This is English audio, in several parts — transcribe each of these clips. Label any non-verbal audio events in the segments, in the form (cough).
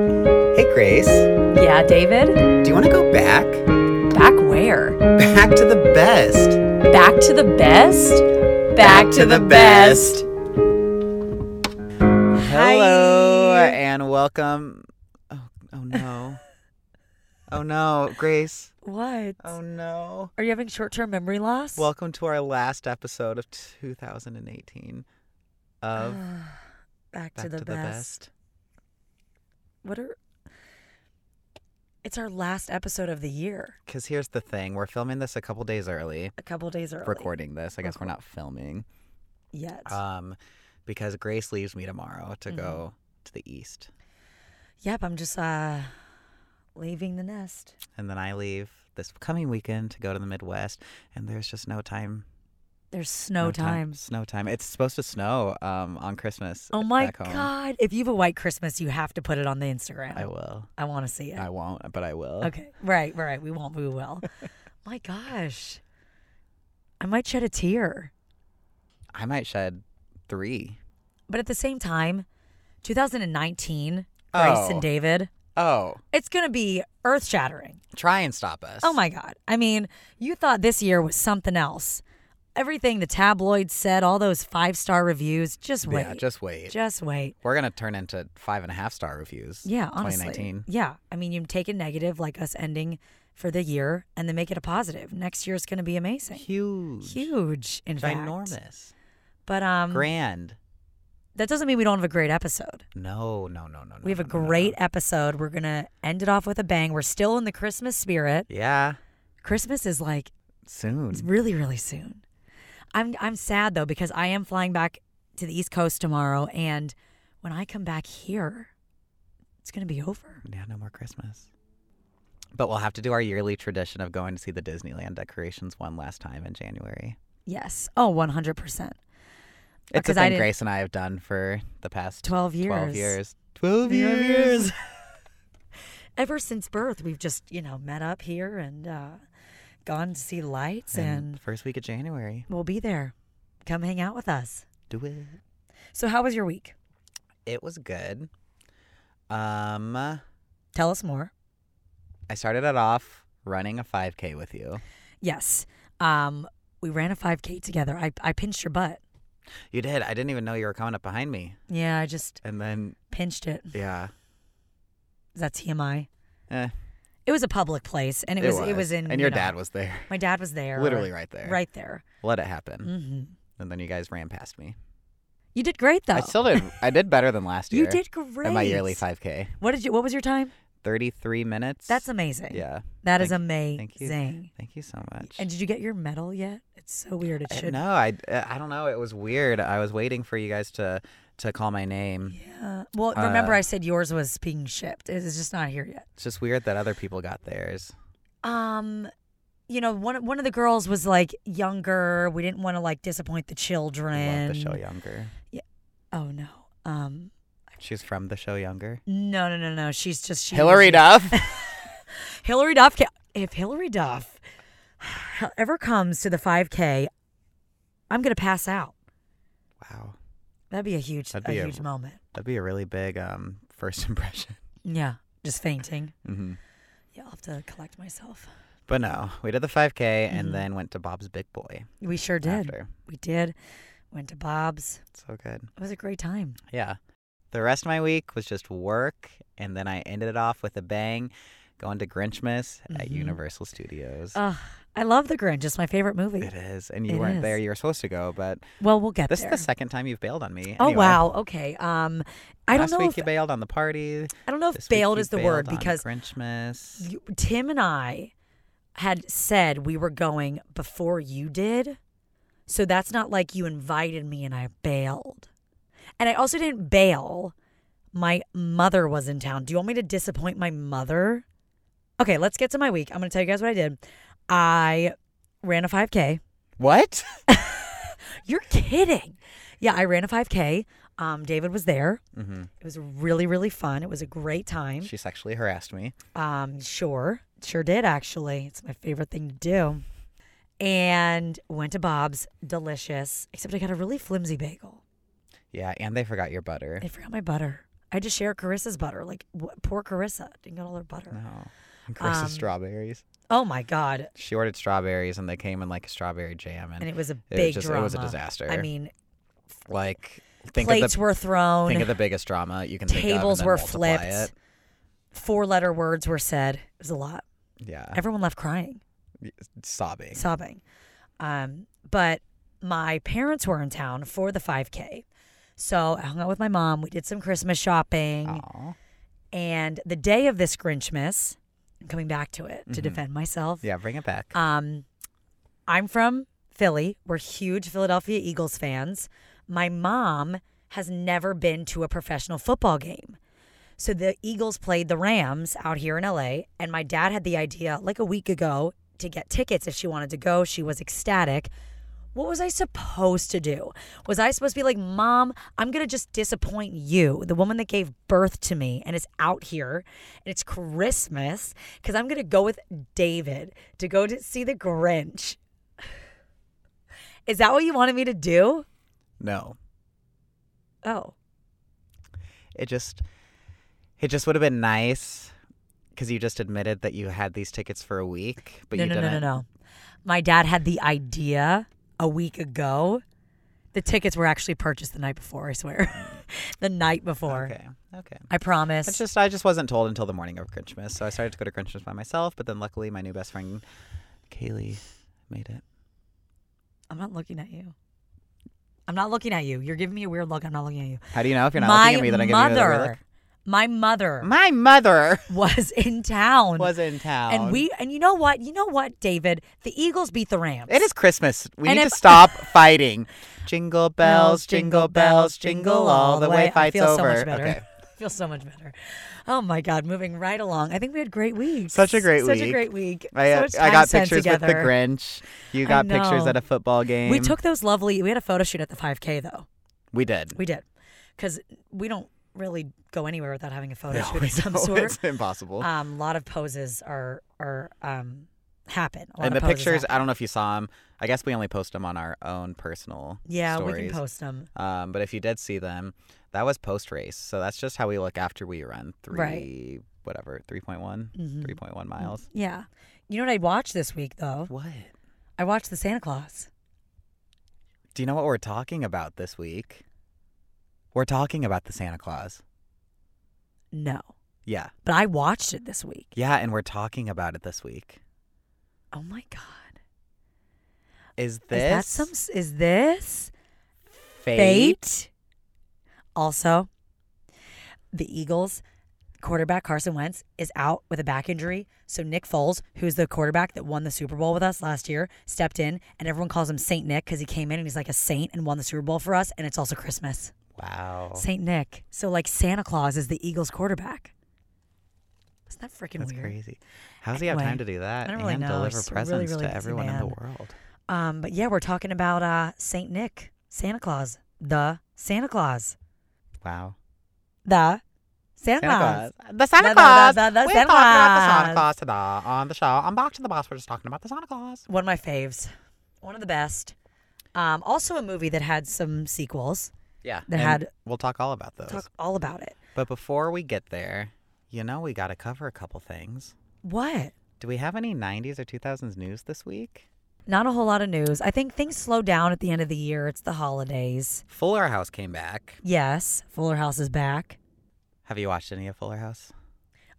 Hey, Grace, do Yeah, David? you want to go back? Back where? Back to the best. Back to the best? Back, Hello, Hi. and welcome. Oh, oh (laughs) no. oh no, Grace. What? Oh no. Are you having short term memory loss? Welcome to our last episode of 2018 of back, Back Ah, to the best. What are. It's our last episode of the year, Because here's the thing we're filming this a couple days early, a couple days early. recording this. I guess we're not filming. Yet. Um, because Grace leaves me tomorrow to Mm-hmm. go to the east, yep, I'm just uh, leaving the nest. and then I leave this coming weekend to go to the Midwest, and there's just no time. There's snow times. Snow time. It's supposed to snow um, on Christmas. Oh my back home. God. If you have a white Christmas, you have to put it on the Instagram. I will. I want to see it. I won't, but I will. (laughs) Okay. Right, right. We won't. (laughs) We will. My gosh. I might shed a tear. I might shed three. But at the same time, 2019, Grace Oh. and David, Oh, it's going to be earth shattering. try and stop us. Oh my God. I mean, you thought this year was something else. Everything the tabloids said, all those five star reviews, just wait. Yeah, just wait. Just wait. We're gonna turn into five and a half star reviews. Yeah, honestly. 2019. Yeah. I mean, you take a negative like us ending for the year and then make it a positive. Next year's going to be amazing. Huge. Huge, in fact. Ginormous. But um, Grand. that doesn't mean we don't have a great episode. No, no, no, no. no, We have a no, no, no. great episode. We're going to end it off with a bang. We're still in the Christmas spirit. Yeah, Christmas is like it's soon. really really soon. I'm I'm sad though because I am flying back to the East Coast tomorrow and when I come back here it's going to be over. Yeah, no more Christmas. But we'll have to do our yearly tradition of going to see the Disneyland decorations one last time in January. Yes. Oh, 100%. It's a Oh, 'cause I thing didn't- Grace and I have done for the past 12 years. 12 years. 12 12 years. years. (laughs) Ever since birth, we've just, you know, met up here and uh, gone to see lights And and first week of January. we'll be there. Come hang out with us. Do it. So how was your week? It was good. Um, I Tell us more. started it off running a 5K with you. Yes. Um, we ran a 5K together. I, I pinched your butt. You did. I didn't even know you were coming up behind me. Yeah, I just And then, pinched it. yeah. Is that TMI? Eh, It was a public place, and it, was, it was in. And your you know, dad was there. My dad was there. Literally right there. Right there. Let it happen. hmm And then you guys ran past me. You did great though. I still (laughs) did. I did better than last year. you did great. At my yearly 5K. What did you? What was your time? 33 minutes. That's amazing. Yeah. That is amazing. thank you. Thank you so much. And did you get your medal yet? It's so weird. It I- should. no, I, I don't know. It was weird. I was waiting for you guys to to call my name. Yeah. Well, remember Uh, I said yours was being shipped. It is just not here yet. It's just weird that other people got theirs. um you know one one of the girls was like younger we didn't want to like disappoint the children Love the show Younger. oh no um She's from the show Younger. no no no no she's just she Hillary was- (laughs) Duff. hillary duff ca- if hillary duff ever comes to the 5k i'm gonna pass out wow, that'd be a huge That'd a be a- huge moment that'd be a really big um first (laughs) impression. yeah just fainting hmm yeah i'll have to collect myself But no, we did the 5K and then went to Bob's Big Boy we sure Mm-hmm. did after. we did went to bob's So good. it was a great time Yeah. The rest of my week was just work, and then I ended it off with a bang, going to Grinchmas at Mhm. Universal Studios. Ugh, i love the grinch it's my favorite movie it is, and you Oh, it weren't is. there. You were supposed to go, but well we'll get this there is the second time you've bailed on me. Oh Anyway, wow. Okay. Um, I don't Last know. week If, you bailed on the party. I don't know if This week bailed you is the word bailed on because Grinchmas. you, Tim and I had said we were going before you did, so that's not like you invited me and I bailed, and I also didn't bail. My mother was in town. Do you want me to disappoint my mother? Okay, let's get to my week. I'm gonna tell you guys what I did. I ran a 5K. What? (laughs) You're kidding. Yeah, I ran a 5K. Um, David was there. hmm It was really, really fun. It was a great time. She sexually harassed me. Um, sure, sure did actually. It's my favorite thing to do. And went to Bob's, delicious. Except I got a really flimsy bagel. Yeah, and they forgot your butter. They forgot my butter. I had to share Carissa's butter. Like wh- poor Carissa didn't get all her butter. No. Oh. Chris Um, strawberries. Oh my god! She ordered strawberries and they came in like a strawberry jam and, And it was a it big just drama. it was a disaster. I mean, like think of plates the were thrown. think of the biggest drama you can think of. and tables then were multiply It. flipped. Four letter words were said. It was a lot. Yeah, Everyone left crying, sobbing. sobbing. Um, but my parents were in town for the 5K. So I hung out with my mom. We did some Christmas shopping. Aw. And the day of this Grinchmas, I'm coming back to it to defend myself. Yeah, bring it back. Um, I'm from Philly. We're huge Philadelphia Eagles fans. My mom has never been to a professional football game. So the Eagles played the Rams out here in LA, and my dad had the idea like a week ago to get tickets if she wanted to go. She was ecstatic. What was I supposed to do? Was I supposed to be like, Mom, I'm going to just disappoint you, the woman that gave birth to me and is out here and it's Christmas because I'm going to go with David to go to see the Grinch? Is that what you wanted me to do? no, Oh, it just it just would have been nice because you just admitted that you had these tickets for a week, but no, you no, no, didn't. no, no. My dad had the idea a week ago. The tickets were actually purchased the night before, I swear. (laughs) the night before. Okay, okay. I promise. It's just I just wasn't told until the morning of Christmas, so I started to go to Christmas by myself. But then luckily, my new best friend Kaylee made it. I'm not looking at you. I'm not looking at you. You're giving me a weird look. I'm not looking at you. How do you know if you're not my looking at me that I'm giving you another weird mother, my mother look? My mother (laughs) was in (laughs) town, was in town, and we, and you know what? You know what, David? The Eagles beat the Rams. It is Christmas. We And need if- to (laughs) stop fighting. Jingle bells, jingle bells, jingle all the way. Fight's I feel over. so much better. Okay. (laughs) I feel so much better. Oh my God, moving right along. I think we had great weeks. Such a great Such a week. great week. I, uh, so much time I got spent pictures together. with the Grinch. You I got pictures know. at a football game. We took those lovely. We had a photo shoot at the 5K though. We (laughs) did. We did, because we don't really go anywhere without having a (laughs) photo No, shoot we of some don't. sort. It's impossible. Um, a lot of poses are are um happen. A lot and the of poses pictures, happen. I don't know if you saw them. I guess we only post them on our own personal Yeah, stories. we can post them. Um, but if you did see them, that was post race. So that's just how we look after we run three, Right. Mm-hmm. whatever, 3.1, 3.1 miles. Yeah. You know what I watched this week though? What? I watched the Santa Claus. Do you know what we're talking about this week? We're talking about the Santa Claus. No, Yeah. but I watched it this week. Yeah, and we're talking about it this week. Oh my god. Is Is this that some s- is this fate? fate? Also, the Eagles quarterback Carson Wentz is out with a back injury. So Nick Foles, who's the quarterback that won the Super Bowl with us last year, stepped in and everyone calls him Saint Nick cuz he came in and he's like a saint and won the Super Bowl for us and it's also Christmas. Wow. Saint Nick. So like Santa Claus is the Eagles quarterback. Isn't that freaking That's weird? crazy. How does he have Anyway, time to do that I don't really and know. deliver He's a really, presents really to busy everyone in the man. world? Um, but yeah, we're talking about uh, Saint Nick, Santa Claus, the Santa Claus, Wow. the Santa Santa, Claus. Claus. The Santa The- the- Claus. the- the We're talking Santa about the Santa Claus. Claus today on the show. I'm back to the boss. We're just talking about the Santa Claus. One of my faves, one of the best. Um, also a movie that had some sequels. Yeah. They and had- We'll talk all about those. Talk all about it. But before we get there, you know we got to cover a couple things. What? Do we have any 90s or 2000s news this week? Not a whole lot of news. I think things slow down at the end of the year. It's the holidays. Fuller House came back. Yes, Fuller House is back. Have you watched any of Fuller House?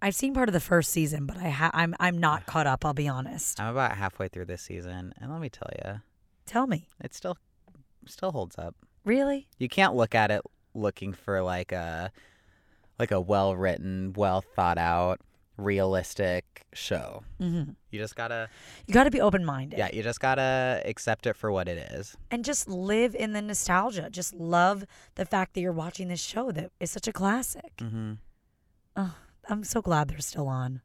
I've seen part of the first season, but I ha- I'm I'm not caught up. I'll be honest. I'm about halfway through this season, and let me tell you, Tell me, it still still holds up. really? You can't look at it looking for like a like a well written, well thought out, realistic show. Mm-hmm. You just gotta You got to be open minded. yeah, you just gotta accept it for what it is. and just live in the nostalgia. Just love the fact that you're watching this show that is such a classic. Mm-hmm. Oh, I'm so glad they're still on.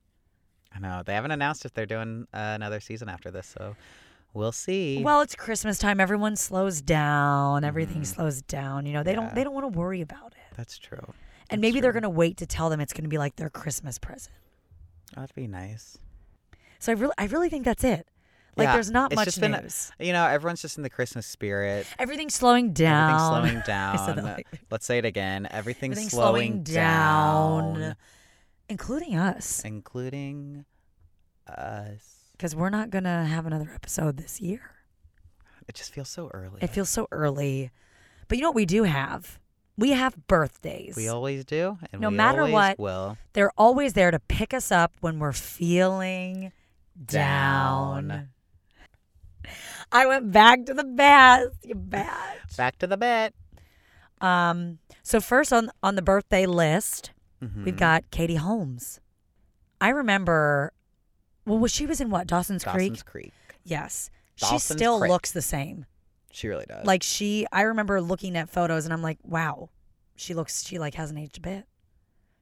I know they haven't announced if they're doing uh, another season after this, so we'll see. Well, it's Christmas time. Everyone slows down. Everything slows down. You know, they Mm-hmm. Yeah. don't they don't want to worry about it. That's true. And maybe they're going to wait to tell them it's going to be like their Christmas present. That'd be nice. So I really I really think that's it. Like Yeah, there's not it's much just been a- news. You know, everyone's just in the Christmas spirit. Everything's slowing (laughs) Everything's down. slowing down. I said that like- Let's say it again. Everything's, Everything's slowing, slowing down. down, including us, including us. because we're not gonna have another episode this year. It just feels so early. It feels so early, but you know what we do have? We have birthdays. we always do, and No we matter always what, will. They're always there to pick us up when we're feeling down. Down. I went back to the bath. You batch. Back to the bit. Um. So first on on the birthday list, we've Mhm. got Katie Holmes. I remember. Well, was she was in what Dawson's, Creek? Dawson's Creek. Yes. she Dawson's still Creek. Uh, looks the same. She really does. Like she, I remember looking at photos and I'm like, wow, she looks, she like hasn't aged a bit.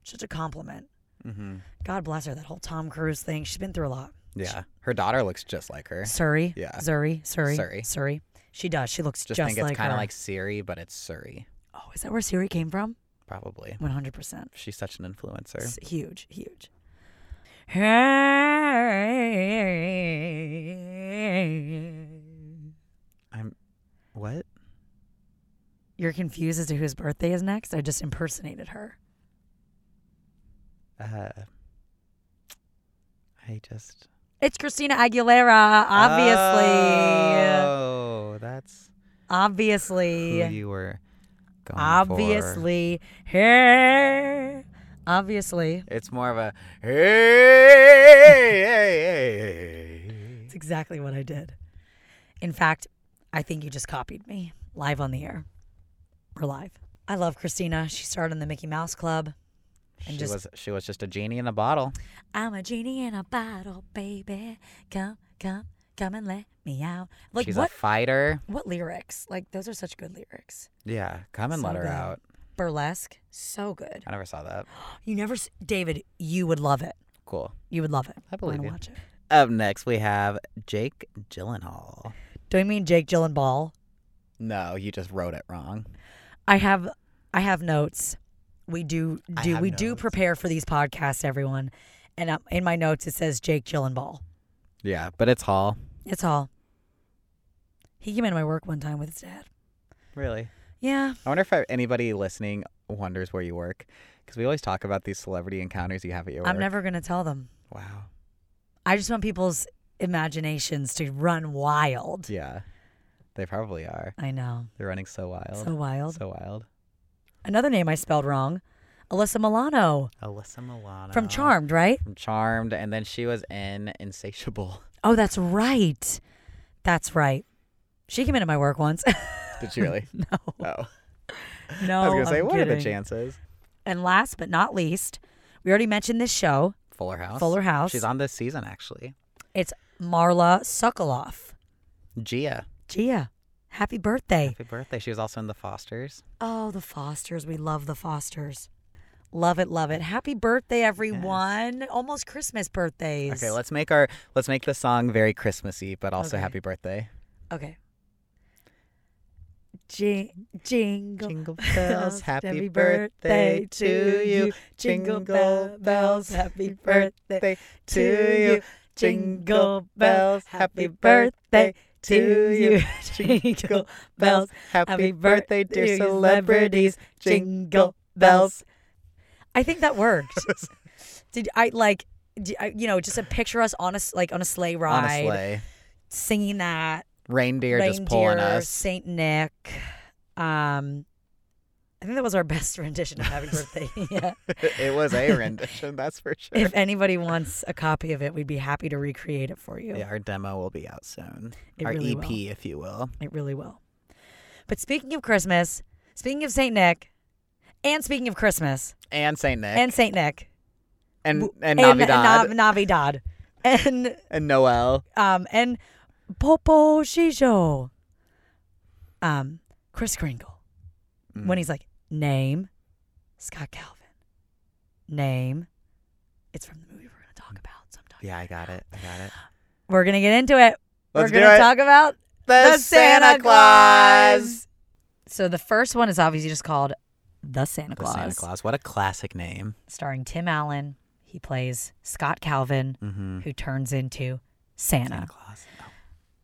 Such a compliment. hmm God bless her. That whole Tom Cruise thing. She's been through a lot. yeah, her daughter looks just like her. Surrey. Yeah. Surrey. Surrey. Surrey. Surrey. She does. She looks just, Just, think it's like kind her. of like Siri, but it's Surrey, Oh, is that where Siri came from? probably. 100%. She's such an influencer. It's huge, huge. Hey. I'm. What? You're confused as to whose birthday is next? I just impersonated her. Uh, I just. It's Christina Aguilera, obviously. Oh, that's who obviously. you were going for. Obviously. Hey. Obviously. It's more of a hey, hey, hey, hey, It's exactly what I did. In fact, I think you just copied me live on the air. We're live. I love Christina. She started in the Mickey Mouse Club. She And just- was she was just a genie in a bottle. I'm a genie in a bottle, baby. Come, come, come and let me out. Like She's a what? fighter. what lyrics? Like those are such good lyrics. Yeah, come and So let her good. out. Burlesque, so good. I never saw that. You never, s- David. You would love it. Cool. You would love it. I believe Wanna you. Watch it. Up next, we have Jake Gyllenhaal. Do you mean Jake Gyllenhaal? No, you just wrote it wrong. I have, I have notes. We do, I do have we do notes. prepare for these podcasts, everyone. And um, in my notes, it says Jake Gyllenhaal. Yeah, but it's Hall. It's all. He came into my work one time with his dad. Really? Yeah, I wonder if I- anybody listening wonders where you work because we always talk about these celebrity encounters you have at your I'm work. never gonna tell them. Wow. I just want people's imaginations to run wild. Yeah, they probably are. I know. They're running so wild. So wild. So wild. Another name I spelled wrong Alyssa Milano Alyssa Milano from Charmed, right? From Charmed, and then she was in (laughs) Insatiable. Oh, that's right. That's right. She came into my work once. (laughs) Did she really? no. oh, No. I was gonna say, Oh, I'm what are the kidding. chances? And last but not least, we already mentioned this show. Fuller House. Fuller House. She's on this season actually. It's Marla Sokoloff. Gia, Gia, happy birthday. happy birthday! She was also in The Fosters. Oh, the Fosters. We love the Fosters. Love it, love it. Happy birthday, everyone. Almost Christmas birthdays. Okay, let's make our let's make the song very Christmassy, but also Okay. happy birthday. Okay. Jing, jingle, (laughs) Jingle bells, happy birthday to you. Jingle bell- bells, happy birthday Birthday to you. Jingle bells, happy birthday to you. (laughs) Jingle bells, happy birthday, dear celebrities. Jingle bells. I think that (laughs) worked. Did I like? d I you know, just a picture us on a s- like on a sleigh ride, Honestly, singing that reindeer, just pulling (laughs) reindeer, us. Saint Nick. Um, I think that was our (laughs) best rendition of Happy Birthday. (laughs) yeah. (laughs) it was a rendition, that's for sure. (laughs) If anybody wants a copy of it, we'd be happy to recreate it for you. Yeah, our demo will be out soon. It our really EP, will. if you will. It really will. But speaking of Christmas, speaking of Saint Nick, and speaking of Christmas And Saint Nick. and Saint Nick and, w- and and Navidad. And, Nav- Navidad, and Noel. um and Popo Shijo, um Chris Kringle Mm. when he's like name Scott Calvin, name. It's from the movie we're gonna talk about sometime. Yeah, I got it. I got it. We're gonna get into it. Let's we're do gonna it. talk about the Santa Claus. So the first one is obviously just called The Santa The Claus, Santa Claus. What a classic name. starring Tim Allen. He plays Scott Calvin, Mm-hmm. who turns into Santa. Santa Claus. Oh.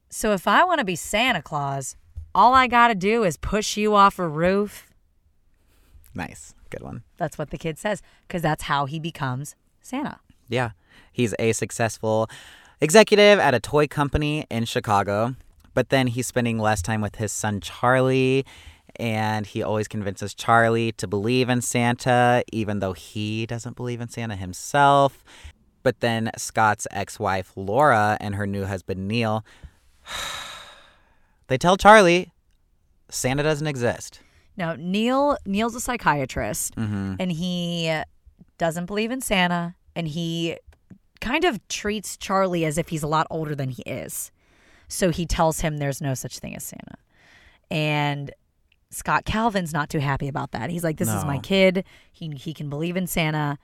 So if I want to be Santa Claus, all I got to do is push you off a roof. Nice. Good one. That's what the kid says because that's how he becomes Santa. Yeah. He's a successful executive at a toy company in Chicago, but then he's spending less time with his son Charlie. And he always convinces Charlie to believe in Santa, even though he doesn't believe in Santa himself. But then Scott's ex wife, Laura, and her new husband, Neil, (sighs) they tell Charlie Santa doesn't exist. Now, Neil Neil's a psychiatrist Mm-hmm. and he doesn't believe in Santa and he kind of treats Charlie as if he's a lot older than he is. So he tells him there's no such thing as Santa. And Scott Calvin's not too happy about that. He's like this is my No. kid. He he can believe in Santa.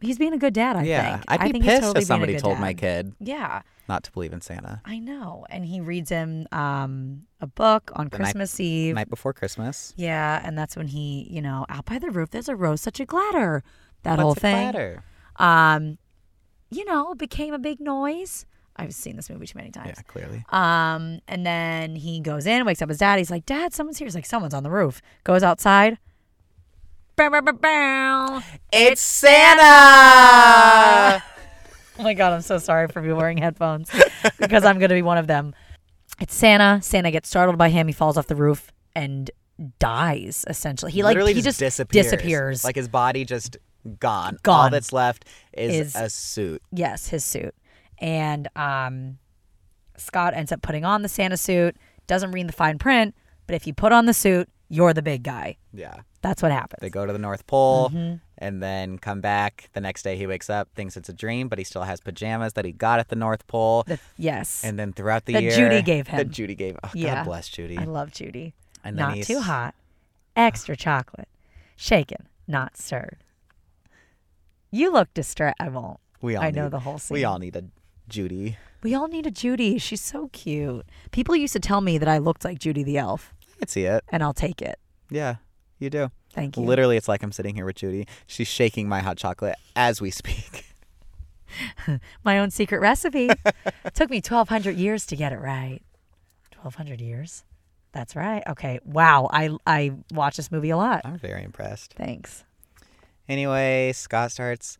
He's being a good dad, I yeah. think. I'd I be think he's pissed totally being if a somebody good told my dad. kid Yeah. not to believe in Santa. I know. And he reads him um, a book on night- Christmas Eve. Night before Christmas. yeah, and that's when he, you know, out by the roof, there's a rose, such a gladder. That What's whole a thing. clatter? Um, you know, became a big noise. I've seen this movie too many times. Yeah, clearly. Um, and then he goes in, wakes up his dad. He's like, Dad, someone's here. He's like, someone's on the roof. Goes outside. Bow, bow, bow, bow. It's Santa! Oh my god, I'm so sorry for be wearing headphones (laughs) because I'm gonna be one of them. It's Santa. Santa gets startled by him. He falls off the roof and dies. Essentially, he like Literally he just disappears. disappears. Like his body just gone. All Gone. that's left is, Is- a suit. yes, his suit. And um, Scott ends up putting on the Santa suit. Doesn't read the fine print, but if you put on the suit, you're the big guy. Yeah. That's what happens. They go to the North Pole Mm-hmm. and then come back. The next day he wakes up, thinks it's a dream, but he still has pajamas that he got at the North Pole. The- yes, and then throughout the that year. Judy gave That him. Judy gave. Oh, Yeah. God bless Judy. I love Judy. And then Not he's- too hot. Extra chocolate. Shaken, not stirred. You look distressed. I won't. We all I know need- the whole scene. We all need a Judy. We all need a Judy. She's so cute. People used to tell me that I looked like Judy the elf, I could see it. and I'll take it. Yeah, you do. Thank you. Literally, it's like I'm sitting here with Judy. She's shaking my hot chocolate as we speak. (laughs) My own secret recipe. Took me 1,200 years to get it right. 1,200 years? That's right. Okay. Wow. I, I watch this movie a lot. I'm very impressed. Thanks. Anyway, Scott starts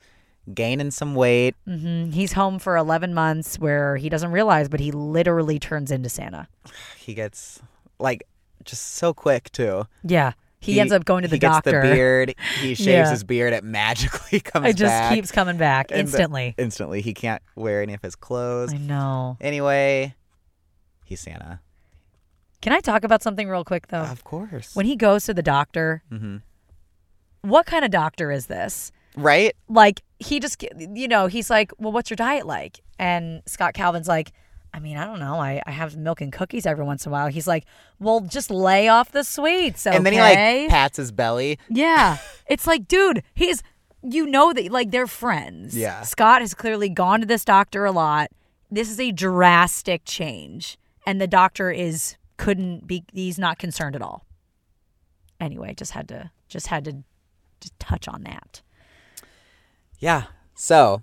gaining some weight. hmm He's home for 11 months where he doesn't realize, but he literally turns into Santa. He gets like just so quick too. Yeah. He, ends up going to the he doctor. Gets the beard. (laughs) He shaves Yeah. his beard. It magically (laughs) comes It just back. keeps coming back And the- instantly. instantly. He can't wear any of his clothes. I know. Anyway, he's Santa. Can I talk about something real quick though? Of course. when he goes to the doctor, Mhm. what kind of doctor is this? Right? Like he just, ge- you know, he's like, well, what's your diet like? And Scott Calvin's like, I mean, I don't know. I, I have milk and cookies every once in a while. He's like, well, just lay off the sweets, okay? And then he like pats his belly. Yeah. It's like, dude, he's you know that like they're friends. Yeah. Scott has clearly gone to this doctor a lot. This is a drastic change. And the doctor is couldn't be he's not concerned at all. Anyway, just had to just had to just touch on that. Yeah. So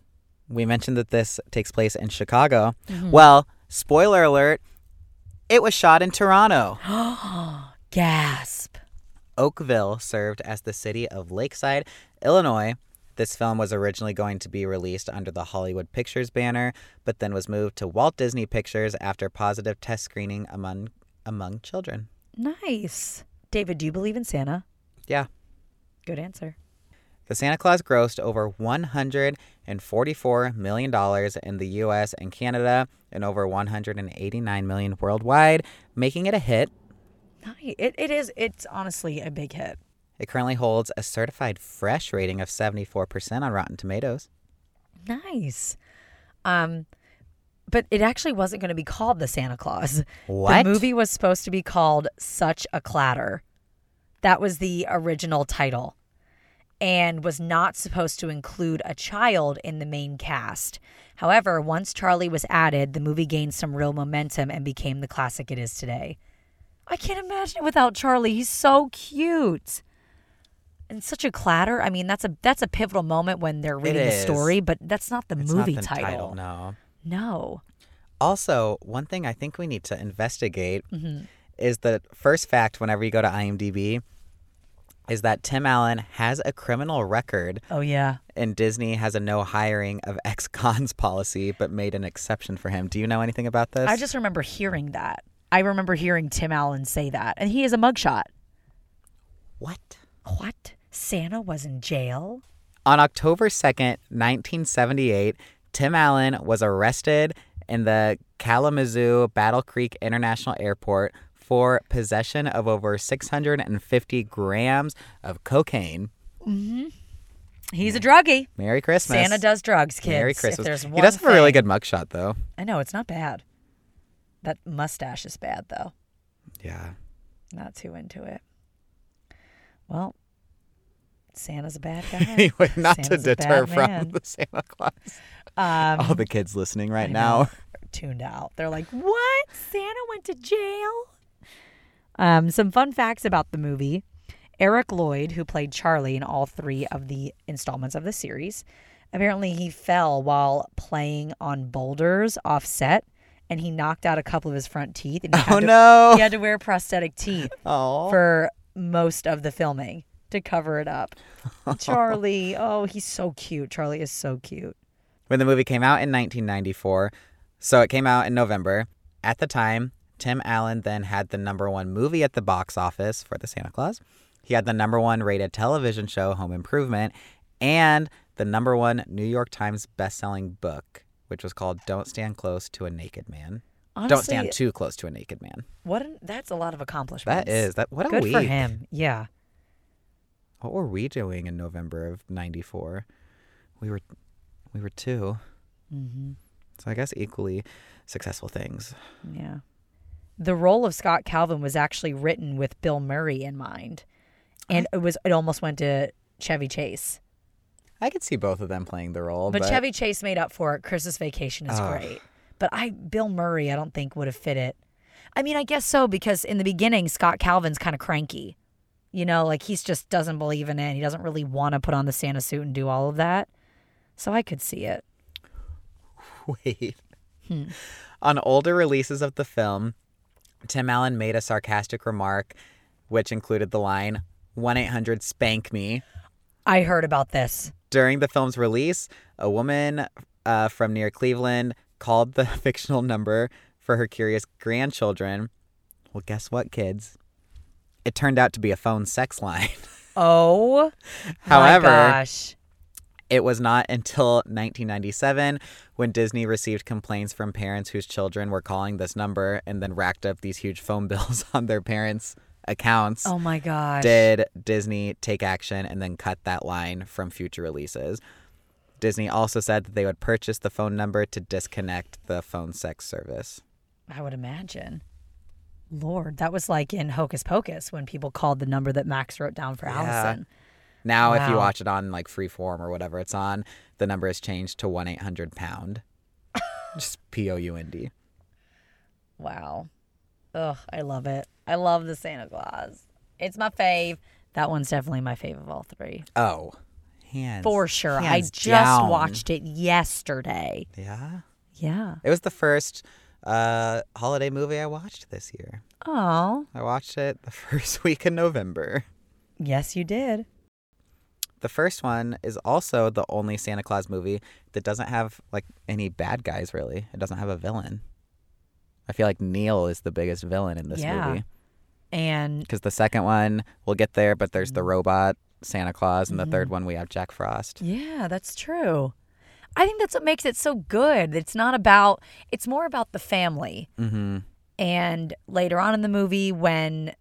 we mentioned that this takes place in Chicago. Well, spoiler alert, it was shot in Toronto. (gasps) Gasp. Oakville served as the city of Lakeside, Illinois. This film was originally going to be released under the Hollywood Pictures banner, but then was moved to Walt Disney Pictures after positive test screening among among children. Nice. David, do you believe in Santa? Yeah. Good answer. The Santa Claus grossed over $144 million in the US and Canada and over 189 million worldwide, making it a hit. Nice. It, it is it's honestly a big hit. It currently holds a certified fresh rating of 74% on Rotten Tomatoes. Nice. Um, but it actually wasn't going to be called The Santa Claus. What? The movie was supposed to be called Such a Clatter. That was the original title and was not supposed to include a child in the main cast. However, once Charlie was added, the movie gained some real momentum and became the classic it is today. I can't imagine it without Charlie. He's so cute. And such a clatter. I mean, that's a that's a pivotal moment when they're reading the is. story, but that's not the It's not movie the title. No. No. Also, one thing I think we need to investigate Mm-hmm. is the first fact whenever you go to IMDb is that Tim Allen has a criminal record Oh yeah. and Disney has a no hiring of (laughs) ex cons policy, but made an exception for him. Do you know anything about this? I just remember hearing that. I remember hearing Tim Allen say that. And he is a mugshot. What? What? Santa was in jail? On October 2nd, 1978, Tim Allen was arrested in the Kalamazoo Battle Creek International Airport for possession of over 650 grams of cocaine. He's a druggie. Merry Christmas. Santa does drugs, kids. Merry If Christmas. there's he one does have a really thing- good mugshot, though. I know, it's not bad. That mustache is bad though. Yeah. Not too into it. Well, Santa's a bad (laughs) guy. (laughs) Anyway, not Santa's to a deter bad from man. the Santa Claus. um, All the kids listening right I now. know. tuned out. They're like, "What? Santa went to jail?" Um, some fun facts about the movie: Eric Lloyd, who played Charlie in all three of the installments of the series, apparently he fell while playing on boulders off set, and he knocked out a couple of his front teeth. And he (laughs) had Oh to- no. He had to wear prosthetic teeth Oh. for most of the filming to cover (laughs) it up. Charlie, oh, he's so cute. Charlie is so cute. when the movie came out in 1994. So it came out in November. At the time, Tim Allen then had the number one movie at the box office for The Santa Claus. He had the number one rated television show, Home Improvement, and the number one New York Times best-selling book, which was called Don't Stand Close to a Naked Man. Honestly, Don't stand too close to a naked man. What? An, that's a lot of accomplishments. That is that. What a good week. for him. Yeah, What were we doing in November of '94? We were, we were 2 Mm-hmm. So I guess equally successful things. yeah. The role of Scott Calvin was actually written with Bill Murray in mind, and it was it almost went to Chevy Chase, I could see both of them playing the role, but, but, Chevy Chase made up for it. Christmas Vacation is Ugh. great, but I Bill Murray I don't think would have fit it. I mean, I guess so because in the beginning Scott Calvin's kind of cranky, you know, like he's just doesn't believe in it. And he doesn't really want to put on the Santa suit and do all of that. So I could see it. (laughs) wait. Hmm. On older releases of the film, Tim Allen made a sarcastic remark, which included the line "1 800 spank me." I heard about this. During the film's release, a woman uh, from near Cleveland called the (laughs) fictional number for her curious grandchildren. Well, guess what, kids? It turned out to be a phone sex line. (laughs) Oh, However, my gosh. It was not until 1997 when Disney received complaints from parents whose children were calling this number and then racked up these huge phone (laughs) bills on their parents' accounts. Oh my gosh. Did Disney take action and then cut that line from future releases? Disney also said that they would purchase the phone number to disconnect the phone sex service. I would imagine. Lord, that was like in Hocus Pocus when people called the number that Max wrote down for Allison. Now, if you Wow. watch it on like Freeform or whatever it's on, the number is changed to 1 800 (laughs) pound. Just P O U N D. Wow. Ugh, I love it. I love the Santa Claus. It's my fave. That one's definitely my fave of all three. Oh, hands. For sure. I hands just down. watched it yesterday. Yeah. Yeah. It was the first uh, holiday movie I watched this year. Oh. I watched it the (laughs) first week in November. Yes, you did. The first one is also the only Santa Claus movie that doesn't have like any bad guys really. It doesn't have a villain. I feel like Neil is the biggest villain in this Yeah. movie And because the second one we'll get there, but there's Mm-hmm. the robot Santa Claus, and the third one we have Jack Frost. Yeah, that's true. I think that's what makes it so good. It's not about, it's more about the family. Mm-hmm. And later on in the movie, when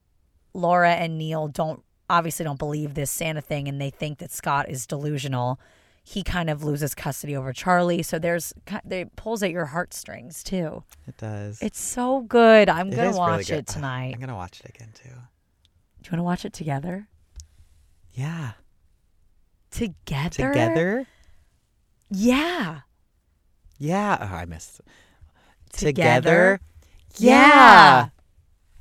Laura and Neil don't obviously don't believe this Santa thing and they think that Scott is delusional, he kind of loses custody over Charlie. So there's, ki- it pulls at your heartstrings too. It does. It's so good. I'm It going is to really watch good. it tonight. I'm gonna watch it again too. Do you want to watch it together? Yeah, Together? together. Yeah. Yeah. Oh, I missed. Together? Yeah.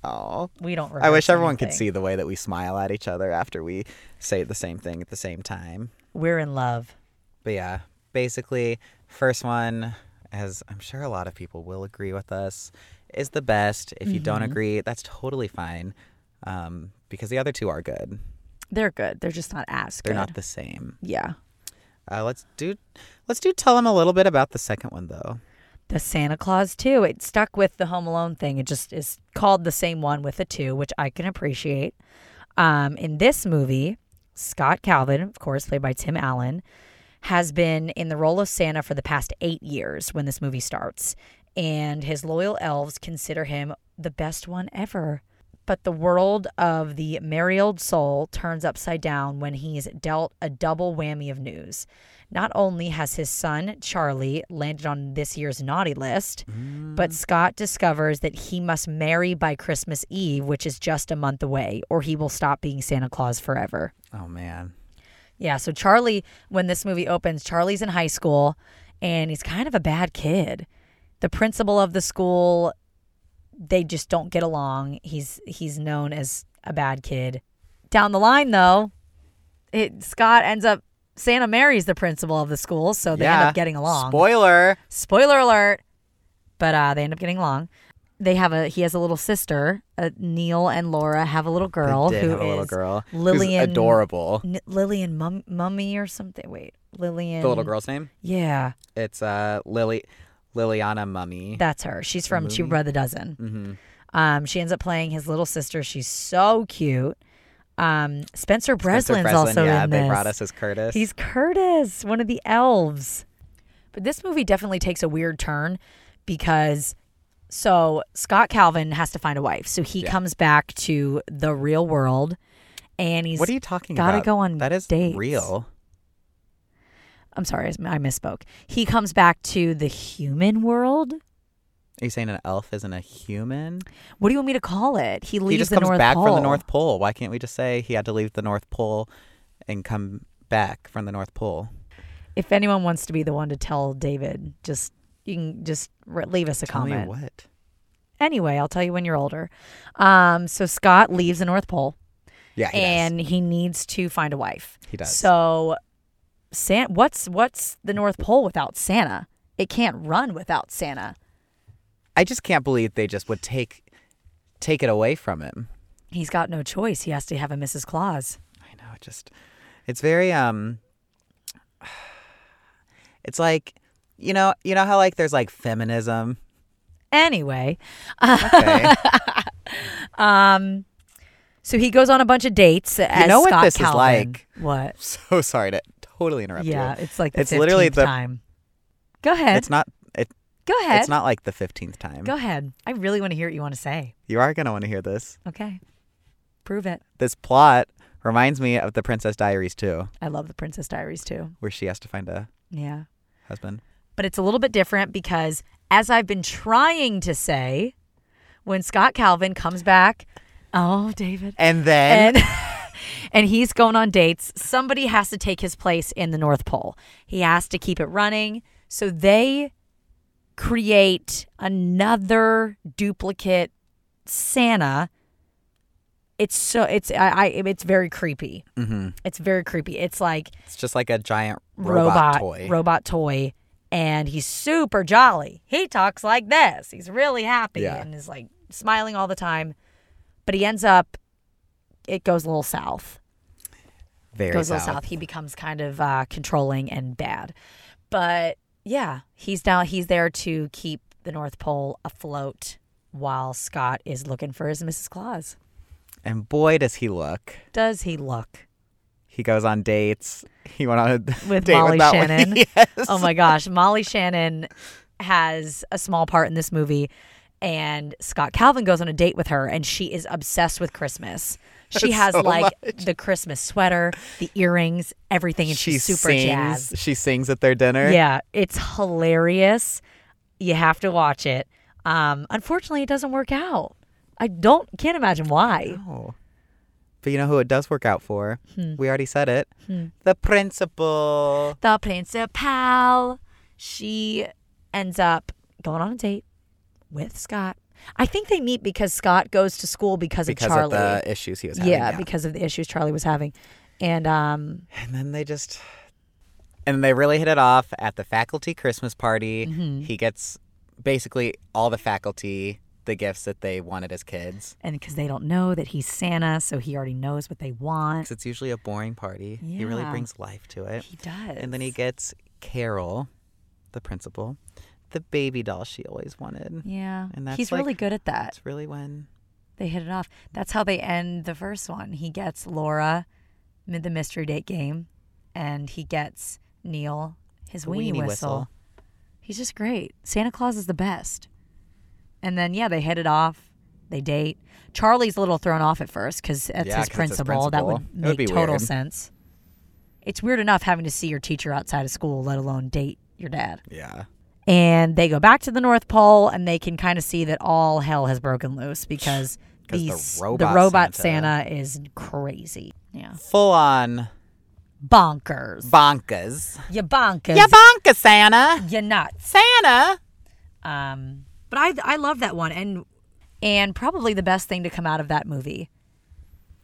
Oh. We don't I wish rehearse everyone could anything. see the way that we smile at each other after we say the same thing at the same time. We're in love. But yeah, basically, first one as I'm sure a lot of people will agree with us, is the best. If you Mm-hmm. don't agree, that's totally fine um, because the other two are good. They're good. They're just not as They're good. not the same. yeah. Uh, let's do let's do tell them a little bit about the second one though. The Santa Claus 2. It stuck with the Home Alone thing. It just is called the same one with a 2, which I can appreciate. Um, in this movie, Scott Calvin, of course, played by Tim Allen, has been in the role of Santa for the past eight years when this movie starts. And his loyal elves consider him the best one ever. But the world of the merry old soul turns upside down when he's dealt a double whammy of news. Not only has his son, Charlie, landed on this year's naughty list, but Scott discovers that he must marry by Christmas Eve, which is just a month away, or he will stop being Santa Claus forever. Oh man. Yeah, so Charlie, when this movie opens, Charlie's in high school and he's kind of a bad kid. The principal of the school, they just don't get along. He's he's known as a bad kid. Down the line though, it Scott ends up Santa marries the principal of the school, so Oh, they end Yeah. up getting along. Spoiler. Spoiler alert. But uh, they end up getting along. They have a he has a little sister. Uh, Neil and Laura have a little girl they did who have a little is girl. who's Lillian- adorable. N- Lillian Mum- Mummy or something. Wait, Lillian. The little girl's name? Yeah, It's uh Lily Liliana Mummy. that's her. She's from Two Mummy? by the Dozen. mm-hmm. Um, she ends up playing his little sister. She's so cute. Um, Spencer Breslin's also yeah, in they this. brought us as Curtis. He's Curtis, one of the elves. But this movie definitely takes a weird turn because so Scott Calvin has to find a wife. So he Yeah. comes back to the real world and he's what are you talking gotta about? go on That is dates. real. I'm sorry, I misspoke. He comes back to the human world. Are you saying an elf isn't a human? What do you want me to call it? He leaves he just the comes North back Pole. from the North Pole. Why can't we just say he had to leave the North Pole and come back from the North Pole? If anyone wants to be the one to tell David, just you can just re- leave us a Tell comment. me what. Anyway, I'll tell you when you're older. Um, so Scott leaves the North Pole Yeah, he does. and he needs to find a wife. He does. So, San- what's what's the North Pole without Santa? It can't run without Santa. I just can't believe they just would take take it away from him. He's got no choice. He has to have a Mrs. Claus. I know, it just it's very um (sighs) it's like you know, you know how like there's like feminism. Anyway, (laughs) Okay. (laughs) um, so he goes on a bunch of dates. As know what Scott this is Calvin. like. What? so sorry to totally interrupt Yeah, you. it's like the It's literally 15th the- time. Go ahead. It's not it, Go ahead. it's not like the 15th time. Eh. Go ahead. I really want to hear what you want to say. You are going to want to hear this. Okay, prove it. This plot reminds me of The Princess Diaries too, I love the Princess Diaries too. where she has to find a Yeah. husband. but it's a little bit different because as I've been trying to say, when Scott Calvin comes back, oh David. And then And (laughs) and he's going on dates, somebody has to take his place in the North Pole. He has to keep it running. So they create another duplicate Santa. It's so it's I, I it's very creepy. Mhm. It's very creepy. It's like it's just like a giant Eh. robot robot, toy. robot toy, and he's super jolly. He talks like this. He's really happy Yeah. and is like smiling all the time. But he ends up it goes a little south. Very goes a south. little south. He becomes kind of uh, controlling and bad. But yeah, he's now he's there to keep the North Pole afloat while Scott is looking for his Mrs. Claus. And boy does he look. Does he look? He goes on dates. He went on a (laughs) With date Molly with Matt- Shannon. yes. Oh my gosh, Molly Shannon has a small part in this movie and Scott Calvin goes on a date with her and she is obsessed with Christmas. She has so like the Christmas sweater, the earrings, everything and she she's super sings. jazzed. She sings at their dinner. Yeah, it's hilarious. You have to watch it. Um unfortunately it doesn't work out. I don't can't imagine why. Oh. But you know who it does work out for? Hmm. We already said it. The principal. The principal. She ends up going on a date with Scott. I think they meet because Scott goes to school because, Because of Charlie. of the issues he was yeah, having. because of the issues Charlie was having. And um And then they just And they really hit it off at the faculty Christmas party. Mm-hmm. He gets basically all the faculty the gifts that they wanted as kids. And because they don't know that he's Santa, so he already knows what they want. 'Cause it's usually a boring party. He really Yeah. brings life to it. He does. And then he gets Carol, the principal, the baby doll she always wanted. Yeah. And that's He's like- really good at that. That's really when They hit it off. That's how they end the first one. He gets Laura, mid the mystery date game, and he gets Neil his The weenie, weenie whistle. whistle. He's just great. Santa Claus is the best. And then yeah, they hit it off. They date. Charlie's a little thrown off at first because that's Yeah, 'cause it's his, his principal. That would principal. It make would be total weird. sense. It's weird enough having to see your teacher outside of school, let alone date your dad Yeah. and they go back to the North Pole, and they can kind of see that all hell has (sighs) broken loose because 'Cause the these- robot Santa. Santa- is crazy. Yeah, Full on bonkers. bonkas. You bonkers. Yeah, bonka Santa. you nuts. Santa. Um, but I I love that one, and and probably the best thing to come out of that movie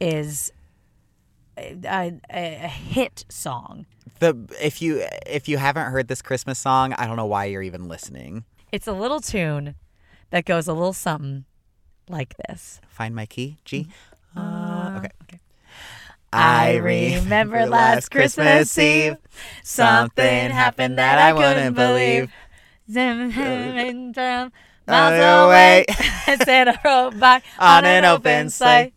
is a, a, a hit song. The if you if you haven't heard this Christmas song, I don't know why you're even listening. It's a little tune that goes a little something like this. Find my key, G. Uh, okay. Mm-hmm. I remember last Christmas Eve, Something happened that I couldn't believe. Them hanging from miles away. away. (laughs) I said a robot (laughs) on an open sleigh.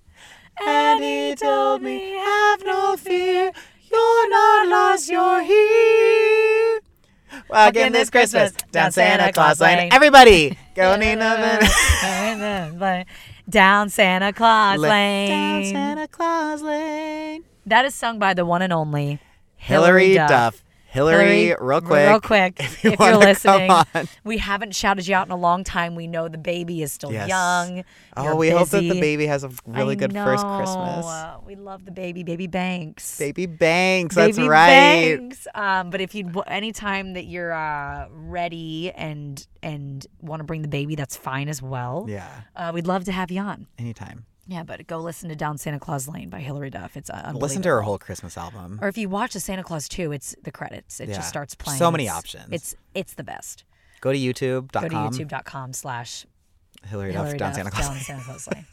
And he told me, have no fear. You're not lost, you're here. Again this Christmas, down Santa Claus Lane. Everybody, go Nina. down Santa Claus Lane. Down Santa Claus Lane. That is sung by the one and only Hillary Duff. Hillary, real quick. Real quick. If, you you are wanna come listening, on. we haven't shouted you out in a long time. We know the baby is still Yes. young. Oh, you're we hope that the busy. baby has a really I good first Christmas. know. We love the baby, baby Banks. Baby Banks, that's Baby right. Banks. Um, but if you anytime that you're uh, ready and and want to bring the baby, that's fine as well. Yeah, Uh, we'd love to have you on. anytime. Yeah, but go listen to Down Santa Claus Lane by Hillary Duff. It's uh, Listen to her whole Christmas album. Or if you watch the Santa Claus 2, it's the credits. It Yeah. just starts playing. So many It's- options. It's it's the best. Go to Go to youtube.com. youtube.com slash Hillary, Duff, Hillary down Duff, Santa Claus. Down Santa Claus Lane.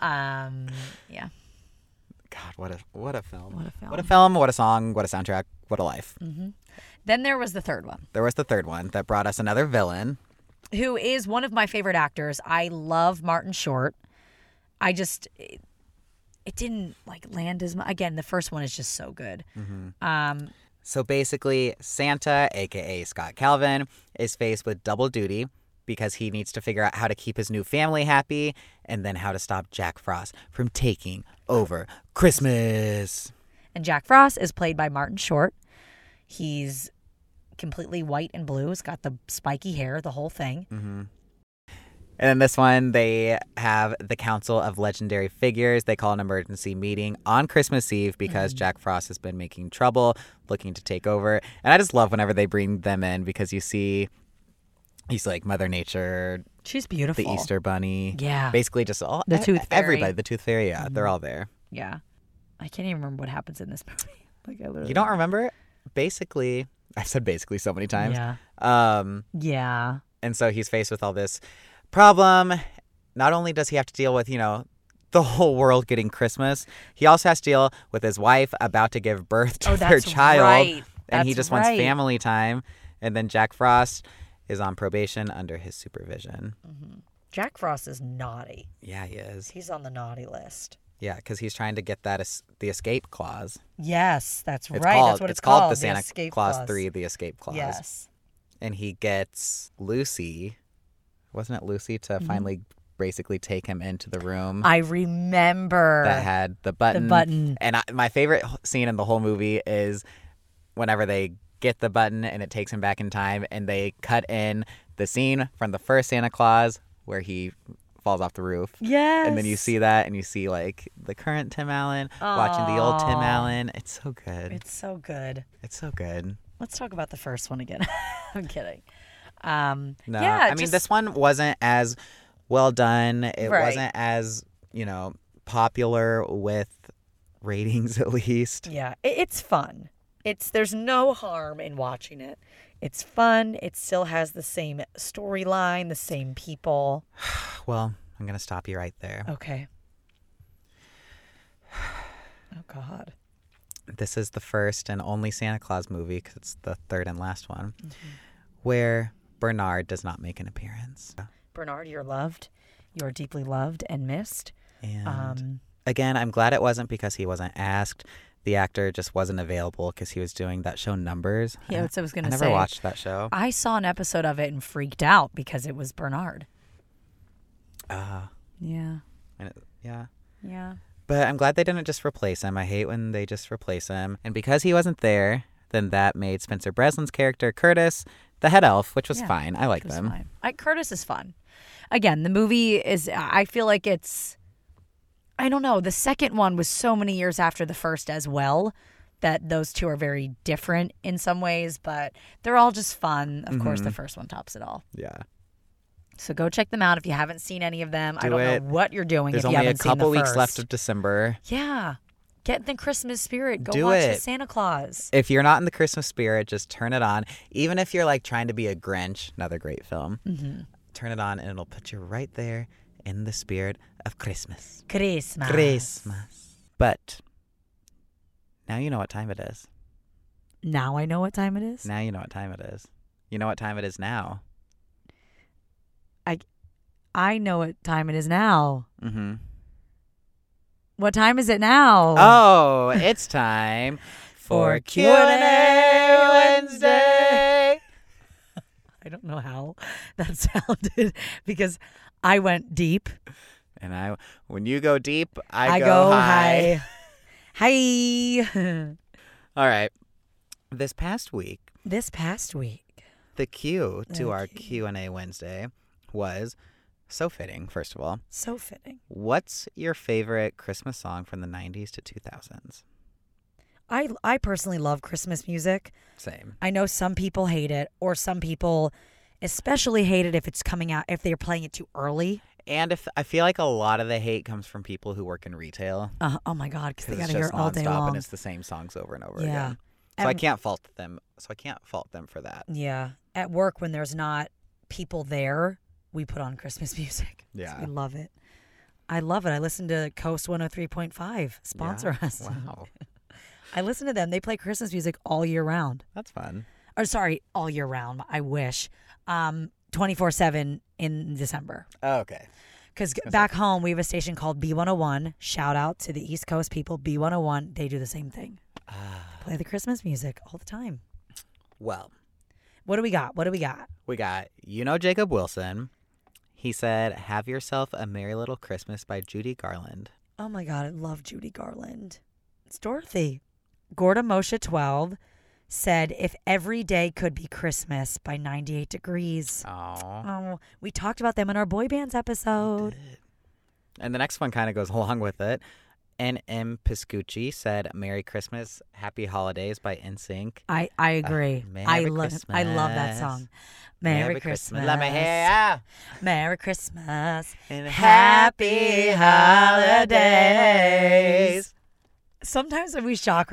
Um, yeah. (laughs) God, what a what a film. What a film. Mm. What a film, what a song, what a soundtrack, what a life. Then there was the third one. There was the third one that brought us another villain. who is one of my favorite actors. I love Martin Short. I just it, it didn't like land as much. Again, the first one is just so good. Mm-hmm. Um, So basically, Santa, aka Scott Calvin, is faced with double duty because he needs to figure out how to keep his new family happy and then how to stop Jack Frost from taking over Christmas. and Jack Frost is played by Martin Short. He's completely white and blue. He's got the spiky hair, the whole thing. And then this one, they have the Council of Legendary Figures. They call an emergency meeting on Christmas Eve because Mm-hmm. Jack Frost has been making trouble, looking to take over. And I just love whenever they bring them in because you see, he's like Mother Nature, She's beautiful. the Easter Bunny. Yeah. Basically, just all The e- Tooth Fairy. Mm-hmm. Everybody, the Tooth Fairy. Yeah, they're all there. Yeah. I can't even remember what happens in this (laughs) movie. Like I literally You don't remember? Basically, I've said basically so many times. Yeah. Um, Yeah. And so he's faced with all this problem. Not only does he have to deal with, you know, the whole world getting Christmas, he also has to deal with his wife about to give birth to Oh, their that's child. right. And he That's just wants right. family time. And then Jack Frost is on probation under his supervision. Jack Frost is naughty. Yeah, he is. He's on the naughty list. Yeah, because he's trying to get that es- the escape clause. Yes, that's It's right. called that's what it's, called the Santa Escape Claus, Three, the escape clause. Yes. And he gets Lucy, wasn't it Lucy, to Mm-hmm. finally basically take him into the room. I remember. that had the button. button. And I, my favorite h- scene in the whole movie is whenever they get the button and it takes him back in time, and they cut in the scene from the first Santa Claus where he falls off the roof. yes. And then you see that, and you see like the current Tim Allen watching the old Tim Allen. It's so good. It's, It's so good. so good. Let's talk about the first (laughs) one again. I'm kidding. Um, No, yeah, I mean just- this one wasn't as well done. It Right. wasn't as you know popular with ratings, (laughs) at least. Yeah, it, it's fun. It's there's no harm in watching it. It's fun. It still has the same storyline, the same people. Well, I'm going to stop you right there. Okay. (sighs) Oh God. This is the first and only Santa Claus movie because it's the third and last one Mm-hmm. where Bernard does not make an appearance. Bernard, you're loved. You're deeply loved and missed. And Um, again, I'm glad it wasn't because he wasn't asked. The actor just wasn't available because he was doing that show Numbers. Yeah, I- that's what I was gonna I never say. watched that show. I saw an episode of it and freaked out because it was Bernard. Uh, Yeah. and it- yeah. Yeah. But I'm glad they didn't just replace him. I hate when they just replace him. And because he wasn't there, then that made Spencer Breslin's character, Curtis, the head elf, which was Yeah, fine. I like them. fine. I, Curtis is fun. Again, the movie is. I feel like it's. I don't know. The second one was so many years after the first as well that those two are very different in some ways, but they're all just fun. Mm-hmm. Of course, the first one tops it all. Yeah. So go check them out if you haven't seen any of them. I Do don't it. know what you're doing. There's if you only a haven't seen the couple weeks left first. of December. yeah, get in the Christmas spirit. Go Do watch the it. Santa Claus. If you're not in the Christmas spirit, just turn it on. Even if you're like trying to be a Grinch, another great film, turn it on and it'll put you right there in the spirit of Christmas. Christmas. Christmas. But now you know what time it is. Now I know what time it is. Now you know what time it is. You know what time it is now. I know what time it is now. Mm-hmm. What time is it now? Oh, (laughs) it's time for For Q&A Wednesday. I don't know how (laughs) that sounded (laughs) because I went deep. And I when you go deep, I, I go, go high. (laughs) Hi. All right. This past week, (laughs) this past week, the cue to The our Q&A Wednesday was so fitting, first of all. so fitting. What's your favorite Christmas song from the 90s to 2000s? I I personally love Christmas music. Same. I know some people hate it, or some people especially hate it if it's coming out if they're playing it too early. And if I feel like a lot of the hate comes from people who work in retail Uh, oh my god, because they 'cause it's gotta hear just it all day nonstop long. and it's the same songs over and over Yeah. again. So I Um, can't fault them. So I can't fault them for that. Yeah. At work, when there's not people there, we put on Christmas (laughs) music. So Yeah. we love it. I love it. I listen to Coast 103.5. Sponsor Yeah. us. Wow. I listen to them. They play Christmas music all year round. That's fun. Or, sorry, all year round. I wish. Um, 24 7 in December. okay. Because back home, we have a station called B101. Shout out to the East Coast people. B101, they do the same thing. Ah. Play the Christmas music all the time. Well, What do we got? What do we got? we got you know Jacob Wilson. He said, "Have yourself a merry little Christmas" by Judy Garland. Oh my God, I love Judy Garland. It's Dorothy. Gorda Moshe 12 said, If Every Day Could Be Christmas by 98 Degrees. Oh. Oh, we talked about them in our boy bands episode. And the next one kind of goes (laughs) along with it. N.M. Piscucci said, "Merry Christmas, Happy Holidays" by NSYNC. I, I agree. Uh, Merry I love I love that Christmas. song. Merry, Christmas. Let me hear. Merry Christmas. And happy holidays. Sometimes we shock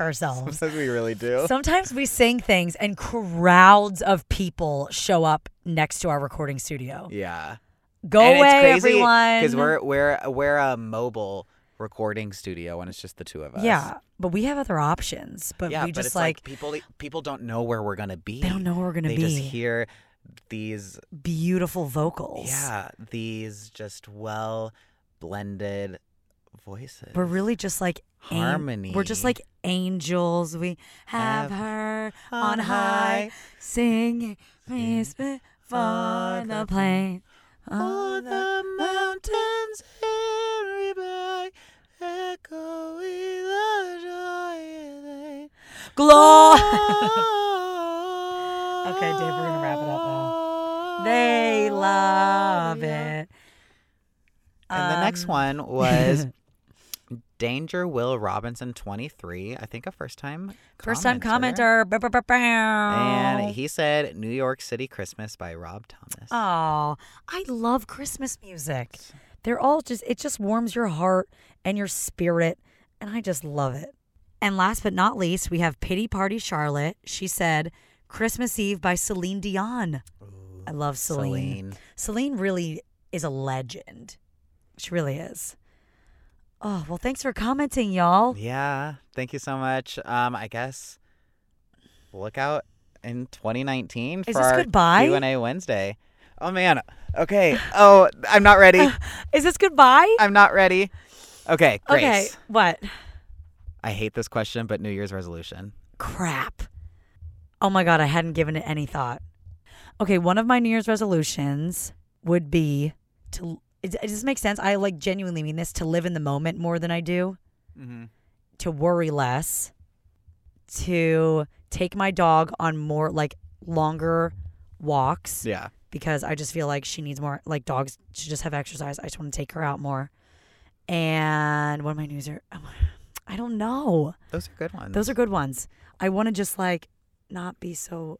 (laughs) ourselves. Sometimes we really do. Sometimes we sing things and crowds of people show up next to our recording studio. yeah. Go away, everyone. Because we're we're we're a mobile recording studio and it's just the two of us. yeah, but we have other options. But yeah. we but just it's like, people e, people don't know where we're gonna be. they don't know where we're gonna They be. just hear these Beautiful vocals. yeah these just well blended voices. we're really just like an- Harmony. we're just like angels. We have Have her on high, singing Christmas for for the the plain. all on the- the mountains every by echoing the joy they (laughs) Glory. okay, Dave, we're gonna wrap it up now. They love it. And the next Um, one (laughs) was Danger Will Robinson 23. I think a first time First time commenter. Bow, bow, bow, bow. And he said New York City Christmas by Rob Thomas. Oh, I love Christmas music. They're all just, it just warms your heart and your spirit. And I just love it. And last but not least, we have Pity Party Charlotte. She said, Christmas Eve by Celine Dion. I love Celine. Celine. Celine really is a legend. She really is. Oh, well, thanks for commenting, y'all. Yeah. Thank you so much. Um, I guess look out in 2019 Is for this our goodbye? Q&A Wednesday. Oh man. Okay. Oh, I'm not (laughs) ready. Is this goodbye? I'm not ready. Okay, Uh, Grace. Okay, what? I hate this question, but New Year's resolution. crap. Oh my God, I hadn't given it any thought. Okay, one of my New Year's resolutions would be to, does this make sense? I like genuinely mean this to live in the moment more than I do, Mm-hmm. to worry less, to take my dog on more like longer walks Yeah. because I just feel like she needs more, like dogs should just have exercise. I just want to take her out more. And what of my New Year's, I don't know. Those are good ones. Those are good ones. I want to just like not be so,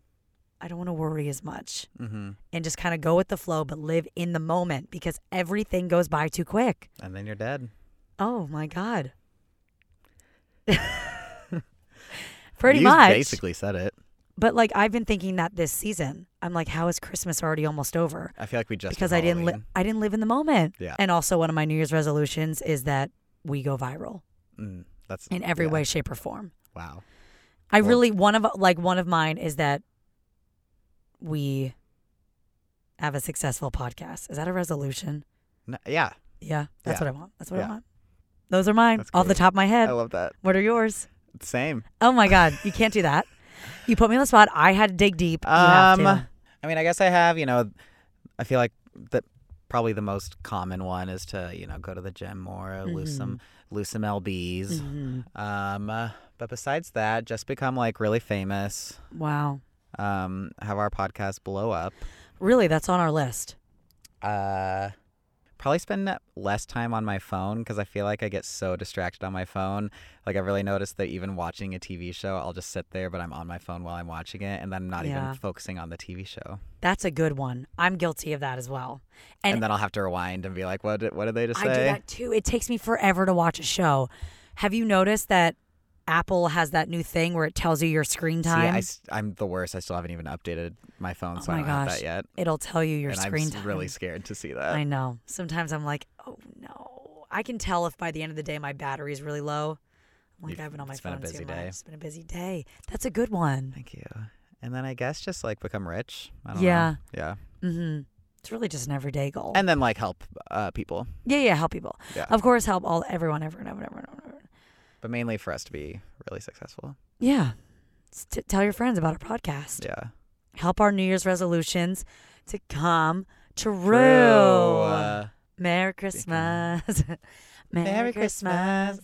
I don't want to worry as much Mm-hmm. and just kind of go with the flow, but live in the moment because everything goes by too quick. And then you're dead. Oh my God. (laughs) Pretty you much. basically said it. But like, I've been thinking that this season. I'm like, how is Christmas already almost over? I feel like we just because I didn't, li- live. I didn't live in the moment. Yeah. And also, one of my New Year's resolutions is that we go viral mm, that's in every yeah. way, shape, or form. Wow. I Well- really one of like one of mine is that we have a successful podcast. Is that a resolution? No, yeah, Yeah, that's Yeah. what I want. That's what I Yeah. want. Those are mine That's off the great. top of my head. I love that. what are yours? Same. Oh my god, you can't do that. You put me on the spot. I had to dig deep. You have to. Um, I mean, I guess I have. You know, I feel like that probably the most common one is to you know go to the gym more, lose some Mm-hmm. lose some lbs. Mhm. Um, uh, but besides that, just become like really famous. Wow. Um, have our podcast blow up. Really, that's on our list. Uh, probably spend less time on my phone because I feel like I get so distracted on my phone. Like I really noticed that even watching a TV show, I'll just sit there, but I'm on my phone while I'm watching it, and then I'm not Yeah. even focusing on the TV show. That's a good one. I'm guilty of that as well. And, And, then I'll have to rewind and be like, what did, what did they just I say? do that too. It takes me forever to watch a show. Have you noticed that Apple has that new thing where it tells you your screen See, time? I, s- I'm the worst. I still haven't even updated my phone, Oh so my I don't have gosh, that yet. It'll tell you your and screen I'm s- uh time. really scared to see that. (laughs) I know. Sometimes I'm like, oh no. I can tell if by the end of the day my battery is really low. I'm like, You've- I've been on my it's phone been a too busy much. day. It's been a busy day. That's a good one. Thank you. And then I guess just like become rich. I don't Yeah. Know. Yeah. Mm-hmm. It's really just an everyday goal. And then like help uh, people, yeah, yeah, help people. Yeah. Of course, help all everyone, everyone, everyone, everyone. everyone. but mainly for us to be really successful. Yeah. S- t- tell your friends about our podcast. Yeah. help our New Year's resolutions to come true. True. Merry Christmas. (laughs) Merry Christmas.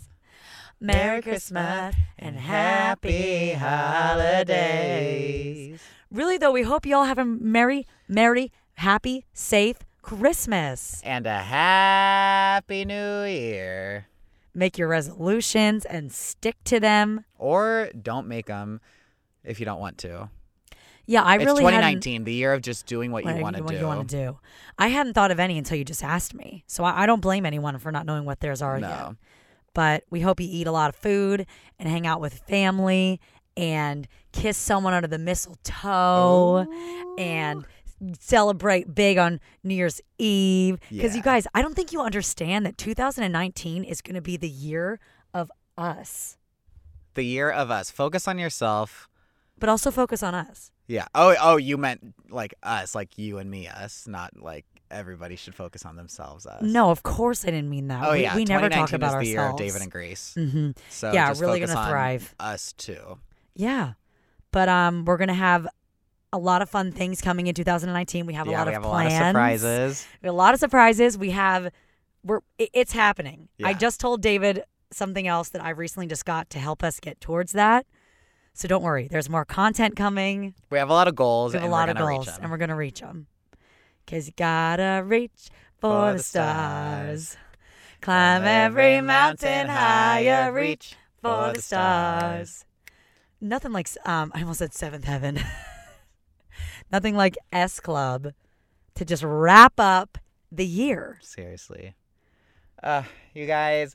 Merry Christmas and happy holidays. Really, though, we hope you all have a merry, merry, happy, safe Christmas. And a happy new year. Make your resolutions and stick to them. Or don't make them if you don't want to. Yeah, I really it's hadn't- 2019, the year of just doing what you Like, want to what do. you want to do. I hadn't thought of any until you just asked me. So I, I don't blame anyone for not knowing what theirs are yet. No. but we hope you eat a lot of food and hang out with family and kiss someone under the mistletoe Oh, and celebrate big on New Year's Eve. Because Yeah. you guys, I don't think you understand that 2019 is going to be the year of us, The year of us. Focus on yourself. but also focus on us. Yeah. Oh, oh, you meant like us, like you and me, us, not like everybody should focus on themselves, us. No, of course I didn't mean that. Oh we, yeah. we never talk 2019 about is the year of ourselves. David and Grace. hmm So Yeah, just really focus gonna on thrive. Us too. Yeah. But um, we're gonna have a lot of fun things coming in 2019. We have a yeah, lot we of have a lot of plans. surprises. We have a lot of surprises. We have, we're i- it's happening. I Yeah. just told David something else that I recently just got to help us get towards that. So don't worry. There's more content coming. We have a lot of goals. We have a and lot we're of gonna goals, reach them. and we're gonna reach them. Cause you gotta reach for, the stars. Climb every mountain higher. Reach for the stars. Nothing like s- um, I almost said Seventh Heaven. (laughs) Nothing like S Club to just wrap up the year. Seriously. Uh, you guys,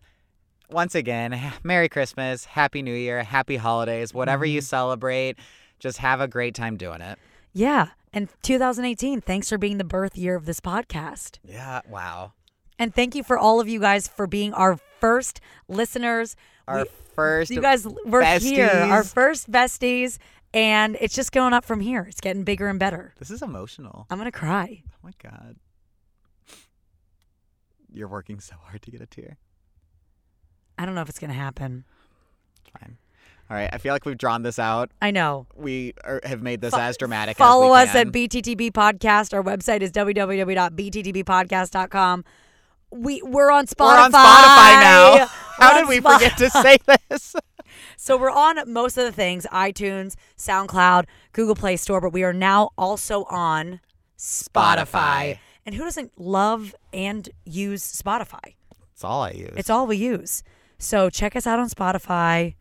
once again, h- Merry Christmas, Happy New Year, Happy Holidays, whatever Mm-hmm. you celebrate. Just have a great time doing it. Yeah. And 2018, thanks for being the birth year of this podcast. Yeah. Wow. And thank you for all of you guys for being our first listeners. Our We- first. you guys were here, our besties. first besties, and it's just going up from here. It's getting bigger and better. This is emotional. I'm going to cry. Oh my God. You're working so hard to get a tear. I don't know if it's going to happen. It's fine. All right. I feel like we've drawn this out. I know. We are, have made this as dramatic Follow as we us can. at BTTB Podcast. Our website is www.bttbpodcast.com. We we're on Spotify. We're on Spotify now. We're (laughs) How on did we Spo- forget to say this? (laughs) So we're on most of the things: iTunes, SoundCloud, Google Play Store. But we are now also on Spotify. (laughs) Spotify. And who doesn't love and use Spotify? It's all I use. It's all we use. So check us out on Spotify.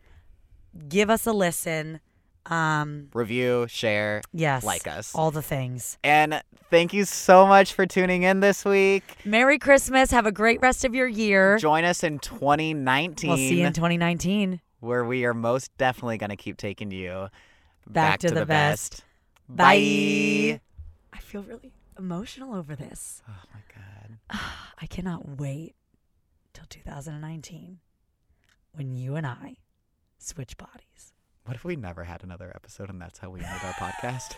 Give us a listen. Um, Review, share, yes, like us. all the things. And thank you so much for tuning in this week. Merry Christmas. Have a great rest of your year. Join us in 2019, We'll see you in 2019. where we are most definitely going to keep taking you back, to the best. Bye. I feel really emotional over this. Oh my God. I cannot wait till 2019 when you and I switch bodies. What if we never had another episode and that's how we ended our podcast?